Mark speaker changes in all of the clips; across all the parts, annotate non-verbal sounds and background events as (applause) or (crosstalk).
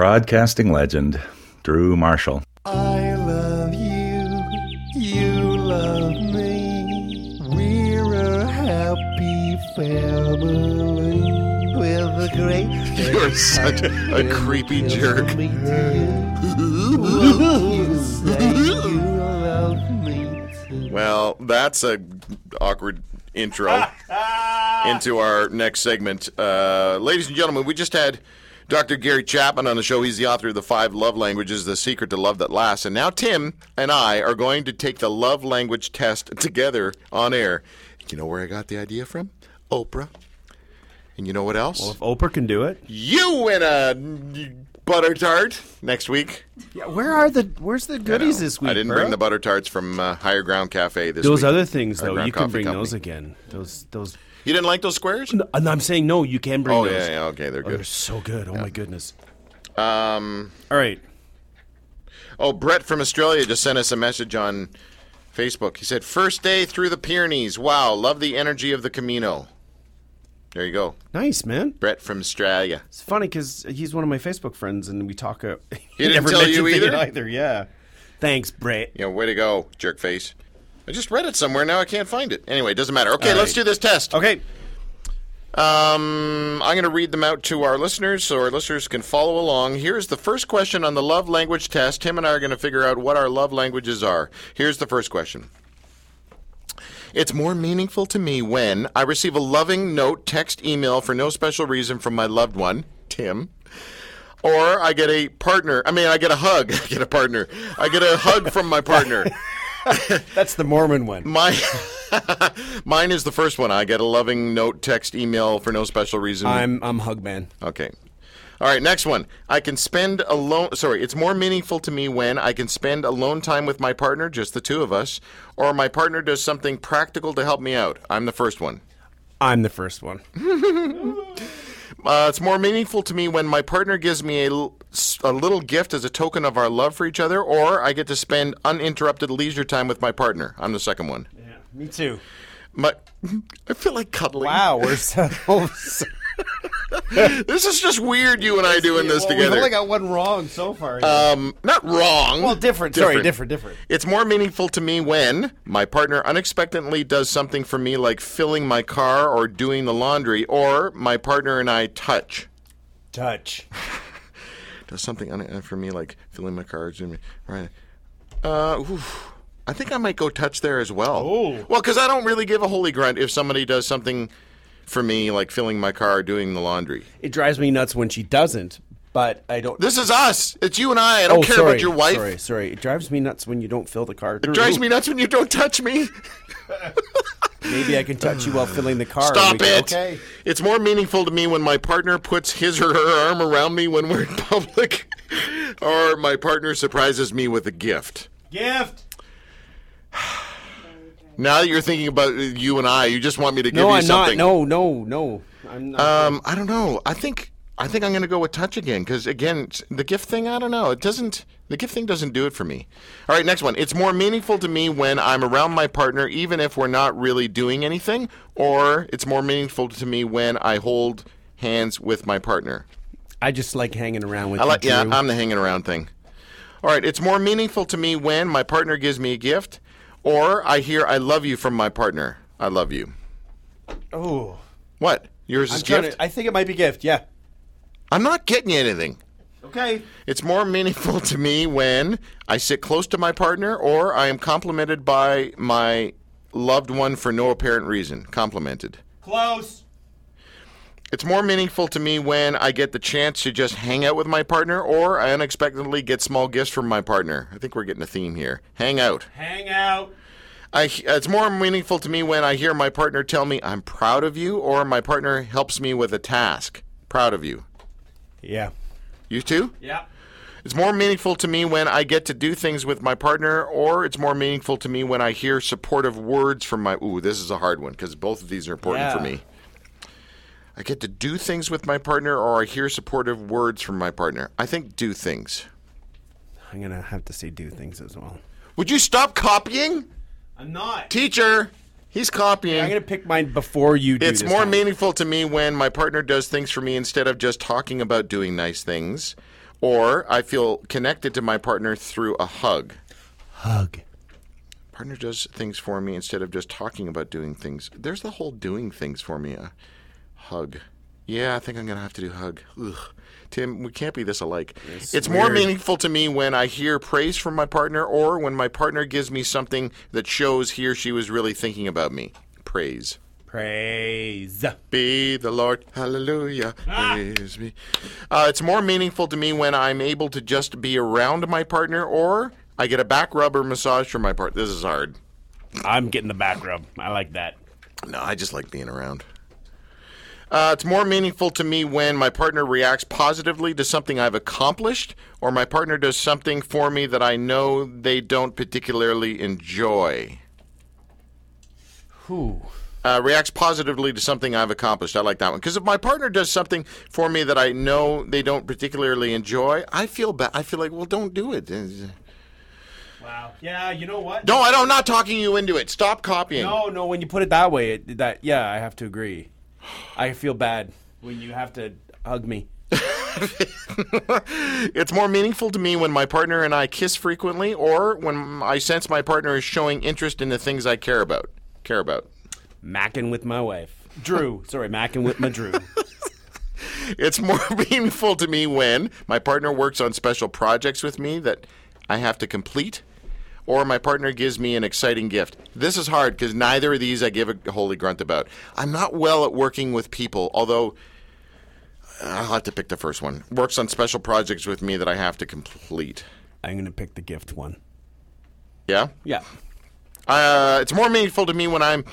Speaker 1: Broadcasting legend, Drew Marshall.
Speaker 2: I love you, you love me. We're a happy family with a great.
Speaker 3: (laughs) You're such a, a creepy jerk.
Speaker 2: Me too. Won't you say you love me too?
Speaker 3: (laughs) Well, that's a awkward (laughs) intro into our next segment. Uh, ladies and gentlemen, we just had Dr. Gary Chapman on the show. He's the author of The Five Love Languages, The Secret to Love That Lasts. And now Tim and I are going to take the love language test together on air. You know where I got the idea from? Oprah. And you know what else?
Speaker 4: If Oprah can do it,
Speaker 3: you win a butter tart next week.
Speaker 4: where are the where's the goodies
Speaker 3: No,
Speaker 4: this week?
Speaker 3: I didn't
Speaker 4: bro?
Speaker 3: bring the butter tarts from uh, Higher Ground Cafe this
Speaker 4: Those
Speaker 3: week.
Speaker 4: other things
Speaker 3: Higher
Speaker 4: though,
Speaker 3: Ground
Speaker 4: you can
Speaker 3: Coffee
Speaker 4: bring
Speaker 3: Company.
Speaker 4: those again. Those those.
Speaker 3: You didn't like those squares?
Speaker 4: And I'm saying no, you can bring
Speaker 3: Oh
Speaker 4: those.
Speaker 3: yeah, yeah, okay, they're
Speaker 4: Oh, they're
Speaker 3: good.
Speaker 4: so good. Oh my goodness. Um. All right.
Speaker 3: Oh, Brett from Australia just sent us a message on Facebook. He said, First day through the Pyrenees. Wow, love the energy of the Camino. There you go.
Speaker 4: Nice man.
Speaker 3: Brett from Australia.
Speaker 4: It's funny because he's one of my Facebook friends, and we talk. Uh, (laughs)
Speaker 3: He didn't tell you
Speaker 4: mentioned
Speaker 3: either?
Speaker 4: it Yeah. Thanks, Brett.
Speaker 3: Yeah, way to go, jerk face. I just read it somewhere, now I can't find it. Anyway, it doesn't matter. Okay, let's do this test.
Speaker 4: Okay.
Speaker 3: Um, I'm going to read them out to our listeners so our listeners can follow along. Here's the first question on the love language test. Tim and I are going to figure out what our love languages are. Here's the first question. It's more meaningful to me when I receive a loving note, text, email for no special reason from my loved one, Tim. Or I get a partner. I mean, I get a hug. (laughs) I get a partner. I get a hug from my partner.
Speaker 4: That's the Mormon one.
Speaker 3: My, (laughs) mine is the first one. I get a loving note, text, email for no special reason.
Speaker 4: I'm I'm Hugman.
Speaker 3: Okay. All right, next one. I can spend alone. Sorry, it's more meaningful to me when I can spend alone time with my partner, just the two of us, or my partner does something practical to help me out. I'm the first one.
Speaker 4: I'm the first one.
Speaker 3: Uh, it's more meaningful to me when my partner gives me a, l- s- a little gift as a token of our love for each other, or I get to spend uninterrupted leisure time with my partner. I'm the second one.
Speaker 4: Me too.
Speaker 3: My, (laughs) I feel like cuddling.
Speaker 4: Wow, we're so. (laughs)
Speaker 3: This is just weird, you and I doing this
Speaker 4: We've only
Speaker 3: together.
Speaker 4: got one wrong so far.
Speaker 3: Um, not wrong.
Speaker 4: well, different. Sorry, different, different.
Speaker 3: It's more meaningful to me when my partner unexpectedly does something for me, like filling my car or doing the laundry, or my partner and I touch.
Speaker 4: Touch.
Speaker 3: Does something un- uh, for me, like filling my car, or doing right? Uh, oof. I think I might go touch there as well. Oh, well, because I don't really give a holy grunt if somebody does something for me, like filling my car, or doing the laundry.
Speaker 4: It drives me nuts when she doesn't, but I don't.
Speaker 3: This is us. It's you and I. I don't
Speaker 4: oh,
Speaker 3: care
Speaker 4: sorry,
Speaker 3: about your wife.
Speaker 4: Sorry, sorry. It drives me nuts when you don't fill the car.
Speaker 3: It drives me nuts when you don't touch me.
Speaker 4: Maybe I can touch you while filling the car. and we
Speaker 3: Stop
Speaker 4: go,
Speaker 3: it.
Speaker 4: Okay.
Speaker 3: It's more meaningful to me when my partner puts his or her arm around me when we're in public, (laughs) or my partner surprises me with a gift.
Speaker 4: Gift.
Speaker 3: Now that you're thinking about you and I, you just want me to give
Speaker 4: No,
Speaker 3: you
Speaker 4: I'm
Speaker 3: something.
Speaker 4: not. No, no, no. I'm not.
Speaker 3: Um, I don't know. I think I think I'm going to go with touch again because again, it's- the gift thing. I don't know. It doesn't. The gift thing doesn't do it for me. All right, next one. It's more meaningful to me when I'm around my partner, even if we're not really doing anything, or it's more meaningful to me when I hold hands with my partner.
Speaker 4: I just like hanging around with
Speaker 3: I
Speaker 4: you.
Speaker 3: like. Yeah,
Speaker 4: Drew.
Speaker 3: I'm the hanging around thing. All right, it's more meaningful to me when my partner gives me a gift, or I hear "I love you" from my partner. I love you.
Speaker 4: oh,
Speaker 3: What? Yours is
Speaker 4: I'm trying
Speaker 3: gift.
Speaker 4: to- I think it might be gift. Yeah.
Speaker 3: I'm not getting you anything.
Speaker 4: Okay.
Speaker 3: It's more meaningful to me when I sit close to my partner or I am complimented by my loved one for no apparent reason. Complimented.
Speaker 4: Close.
Speaker 3: It's more meaningful to me when I get the chance to just hang out with my partner or I unexpectedly get small gifts from my partner. I think we're getting a theme here. Hang out.
Speaker 4: Hang out.
Speaker 3: I, it's more meaningful to me when I hear my partner tell me I'm proud of you or my partner helps me with a task. Proud of you.
Speaker 4: Yeah.
Speaker 3: You too?
Speaker 4: Yeah.
Speaker 3: It's more meaningful to me when I get to do things with my partner, or it's more meaningful to me when I hear supportive words from my. Ooh, this is a hard one because both of these are important for
Speaker 4: Yeah.
Speaker 3: me. I get to do things with my partner, or I hear supportive words from my partner. I think do things.
Speaker 4: I'm gonna have to say do things as well.
Speaker 3: Would you stop copying,
Speaker 4: I'm not.
Speaker 3: teacher? He's copying.
Speaker 4: I'm gonna pick mine before you do.
Speaker 3: It's
Speaker 4: this
Speaker 3: more
Speaker 4: one.
Speaker 3: meaningful to me when my partner does things for me instead of just talking about doing nice things. Or I feel connected to my partner through a hug.
Speaker 4: Hug.
Speaker 3: Partner does things for me instead of just talking about doing things. There's the whole doing things for me. Uh, hug. Yeah, I think I'm going to have to do hug. Ugh. Tim, we can't be this alike. it's more meaningful to me when I hear praise from my partner or when my partner gives me something that shows he or she was really thinking about me. Praise.
Speaker 5: Praise.
Speaker 3: Be the Lord, hallelujah, praise me. Uh, it's more meaningful to me when I'm able to just be around my partner or I get a back rub or massage from my partner. This is hard.
Speaker 5: I'm getting the back rub. I like that.
Speaker 3: No, I just like being around. Uh, it's more meaningful to me when my partner reacts positively to something I've accomplished or my partner does something for me that I know they don't particularly enjoy.
Speaker 5: Whew.
Speaker 3: uh, reacts positively to something I've accomplished. I like that one because if my partner does something for me that I know they don't particularly enjoy, I feel bad. I feel like, well, don't do it. No,
Speaker 5: Wow. Yeah, you know what?
Speaker 3: I don't. I'm not talking you into it. Stop copying.
Speaker 4: No, no. When you put it that way, it, that yeah, I have to agree. I feel bad when you have to hug me.
Speaker 3: It's more meaningful to me when my partner and I kiss frequently, or when I sense my partner is showing interest in the things I care about. Care about.
Speaker 4: Macking with my wife,
Speaker 5: (laughs)
Speaker 4: Drew. Sorry, macking with my Drew.
Speaker 3: It's more (laughs) meaningful to me when my partner works on special projects with me that I have to complete, or my partner gives me an exciting gift. This is hard because neither of these I give a holy grunt about. I'm not well at working with people, although I'll have to pick the first one. Works on special projects with me that I have to complete.
Speaker 4: I'm gonna pick the gift one.
Speaker 3: Yeah?
Speaker 4: Yeah.
Speaker 3: Uh, it's more meaningful to me when I'm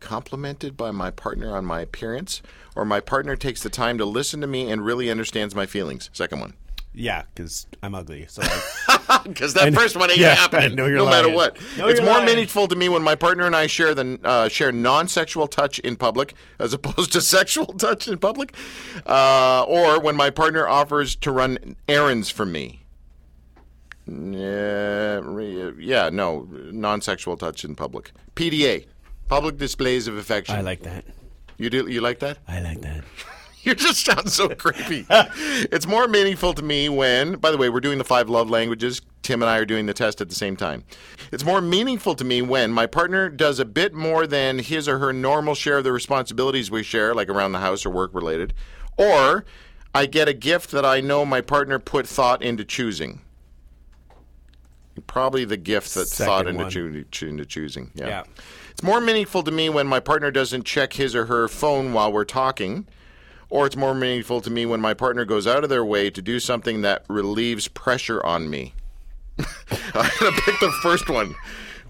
Speaker 3: complimented by my partner on my appearance, or my partner takes the time to listen to me and really understands my feelings. Second one.
Speaker 4: Yeah, because I'm ugly. So I,
Speaker 3: (laughs) Because that first one ain't
Speaker 4: yeah,
Speaker 3: happening,
Speaker 4: I know you're
Speaker 3: no
Speaker 4: lying.
Speaker 3: matter what.
Speaker 4: No,
Speaker 3: it's
Speaker 4: you're
Speaker 3: more
Speaker 4: lying.
Speaker 3: meaningful to me when my partner and I share the uh, share non-sexual touch in public, as opposed to (laughs) sexual touch in public, uh, or when my partner offers to run errands for me. Yeah, re- yeah, no, non-sexual touch in public. PDA, public displays of affection.
Speaker 4: I like that.
Speaker 3: you do. You like that?
Speaker 4: I like that.
Speaker 3: (laughs) You just sound
Speaker 4: (laughs)
Speaker 3: so creepy. it's more meaningful to me when, by the way, we're doing the five love languages. Tim and I are doing the test at the same time. It's more meaningful to me when my partner does a bit more than his or her normal share of the responsibilities we share, like around the house or work related, or I get a gift that I know my partner put thought into choosing. Probably the gift that
Speaker 4: Second
Speaker 3: thought into,
Speaker 4: one.
Speaker 3: choo- choo- into choosing.
Speaker 4: Yeah.
Speaker 3: It's more meaningful to me when my partner doesn't check his or her phone while we're talking, or it's more meaningful to me when my partner goes out of their way to do something that relieves pressure on me. (laughs) I'm going to pick the first one.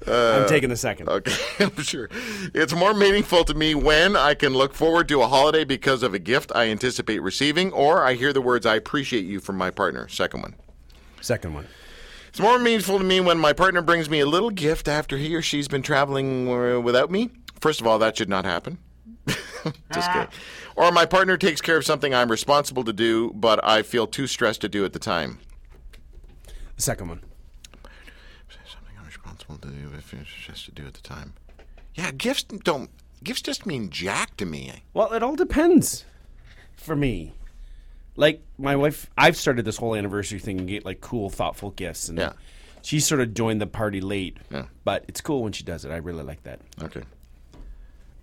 Speaker 4: I'm taking the second.
Speaker 3: Okay, (laughs) I'm sure. It's more meaningful to me when I can look forward to a holiday because of a gift I anticipate receiving, or I hear the words, I appreciate you from my partner. Second one.
Speaker 4: Second one.
Speaker 3: It's more meaningful to me when my partner brings me a little gift after he or she's been traveling uh, without me. First of all, that should not happen. (laughs) Just kidding. Or my partner takes care of something I'm responsible to do, but I feel too stressed to do at the time.
Speaker 4: The second one.
Speaker 3: Something I'm responsible to do if it's just to do at the time. Yeah, gifts don't. Gifts just mean jack to me.
Speaker 4: Well, it all depends for me. Like my wife, I've started this whole anniversary thing and get like cool, thoughtful gifts, and
Speaker 3: Yeah.
Speaker 4: she sort of joined the party late.
Speaker 3: Yeah.
Speaker 4: But it's cool when she does it. I really like that.
Speaker 3: Okay.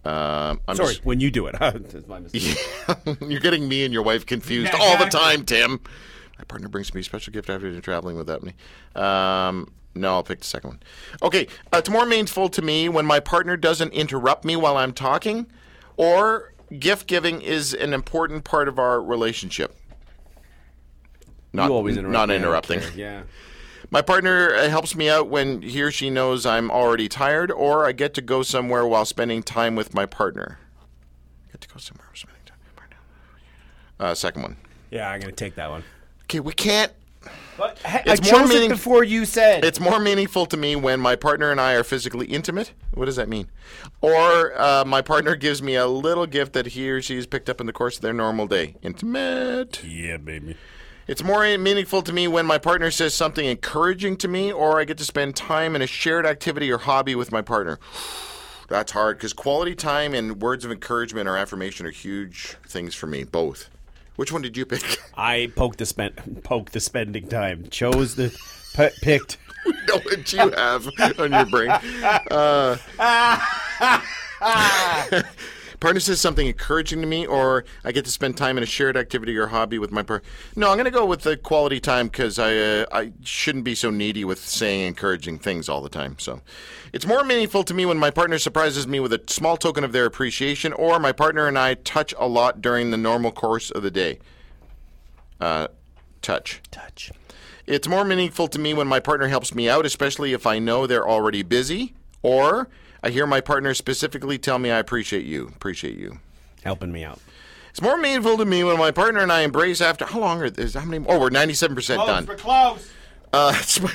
Speaker 3: Um, I'm
Speaker 4: Sorry, when you do it. (laughs) That's my mistake.
Speaker 3: just- (laughs) you're getting me and your wife confused
Speaker 5: Yeah,
Speaker 3: all the
Speaker 5: exactly.
Speaker 3: time, Tim. My partner brings me a special gift after they're traveling without me. Um, no, I'll pick the second one. Okay, uh, it's more meaningful to me when my partner doesn't interrupt me while I'm talking, or gift giving is an important part of our relationship. Not,
Speaker 4: you always interrupt.
Speaker 3: not
Speaker 4: me, I don't
Speaker 3: interrupting.
Speaker 4: care. Yeah.
Speaker 3: My partner uh, helps me out when he or she knows I'm already tired, or I get to go somewhere while spending time with my partner. Get to go somewhere while spending time with my partner. Uh, second one.
Speaker 4: Yeah, I'm gonna take that one.
Speaker 3: Okay, we can't.
Speaker 4: But
Speaker 3: It's
Speaker 4: I
Speaker 3: more
Speaker 4: chose it
Speaker 3: meaning-
Speaker 4: before you said.
Speaker 3: It's more meaningful to me when my partner and I are physically intimate. What does that mean? Or uh, my partner gives me a little gift that he or she has picked up in the course of their normal day. Intimate.
Speaker 4: yeah, baby.
Speaker 3: It's more meaningful to me when my partner says something encouraging to me, or I get to spend time in a shared activity or hobby with my partner. (sighs) That's hard because quality time and words of encouragement or affirmation are huge things for me, both. Which one did you pick? (laughs)
Speaker 4: I poked the spend (laughs) poked the spending time. Chose the (laughs) p- picked.
Speaker 3: (laughs) know what you have on your brain. Uh, (laughs) partner says something encouraging to me, or I get to spend time in a shared activity or hobby with my partner. No, I'm going to go with the quality time because I uh, I shouldn't be so needy with saying encouraging things all the time. So, it's more meaningful to me when my partner surprises me with a small token of their appreciation, or my partner and I touch a lot during the normal course of the day. Uh, touch.
Speaker 4: Touch.
Speaker 3: It's more meaningful to me when my partner helps me out, especially if I know they're already busy or I hear my partner specifically tell me I appreciate you, appreciate you.
Speaker 4: Helping me out.
Speaker 3: It's more meaningful to me when my partner and I embrace after how long are this? How many? Oh, we're ninety-seven percent
Speaker 5: Close,
Speaker 3: done.
Speaker 5: we're close.
Speaker 3: Uh, it's my-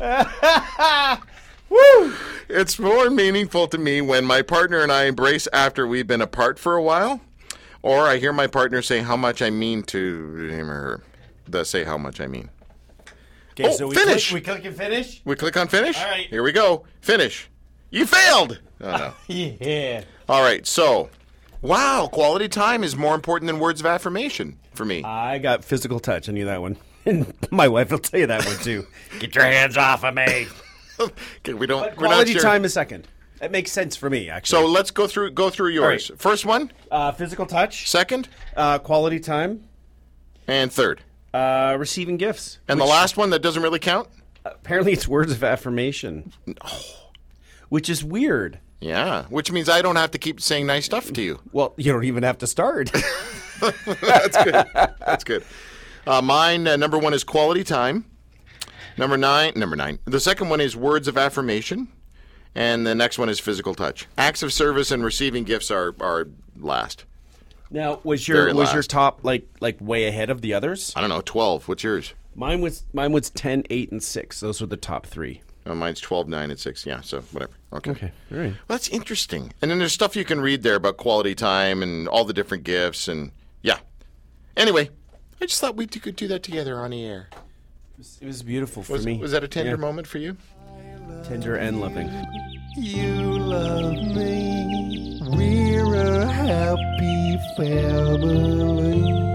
Speaker 5: (laughs)
Speaker 3: It's more meaningful to me when my partner and I embrace after we've been apart for a while, or I hear my partner say how much I mean to him or her. The say how much I mean.
Speaker 4: Okay,
Speaker 3: Oh,
Speaker 4: we
Speaker 3: finish.
Speaker 4: Click, we click and finish.
Speaker 3: We click on finish.
Speaker 5: All right.
Speaker 3: Here we go. Finish. You failed. Oh, no.
Speaker 4: Yeah.
Speaker 3: All right. So, wow, quality time is more important than words of affirmation for me.
Speaker 4: I got physical touch. I knew that one. (laughs) And my wife will tell you that one too.
Speaker 5: Get your hands off of me.
Speaker 3: okay, we don't. We're not
Speaker 4: Quality
Speaker 3: sure.
Speaker 4: time is second. That makes sense for me actually.
Speaker 3: So let's go through go through yours.
Speaker 4: right.
Speaker 3: First one,
Speaker 4: uh, physical touch,
Speaker 3: second,
Speaker 4: uh, quality time,
Speaker 3: and third.
Speaker 4: uh, receiving gifts,
Speaker 3: And the last one that doesn't really count.
Speaker 4: Apparently, it's words of affirmation, which is weird.
Speaker 3: Yeah, which means I don't have to keep saying nice stuff to you.
Speaker 4: Well, you don't even have to start.
Speaker 3: (laughs) That's good. Uh, mine uh, number one is quality time. Number nine, number nine. The second one is words of affirmation, and the next one is physical touch. Acts of service and receiving gifts are are last.
Speaker 4: now, was your
Speaker 3: Very
Speaker 4: was your
Speaker 3: last.
Speaker 4: top like like way ahead of the others?
Speaker 3: I don't know. Twelve. What's yours?
Speaker 4: Mine was mine was 10, 8, and six. Those were the top three.
Speaker 3: Oh, mine's 12, 9, and 6. Yeah, so whatever. Okay.
Speaker 4: Okay, all right.
Speaker 3: Well, that's interesting. And then there's stuff you can read there about quality time and all the different gifts. And yeah. Anyway, I just thought we d- could do that together on the air.
Speaker 4: It was beautiful for
Speaker 3: Was,
Speaker 4: me.
Speaker 3: was that a tender
Speaker 4: Yeah,
Speaker 3: moment for you?
Speaker 4: Tender and loving.
Speaker 2: You love me. We're a happy family.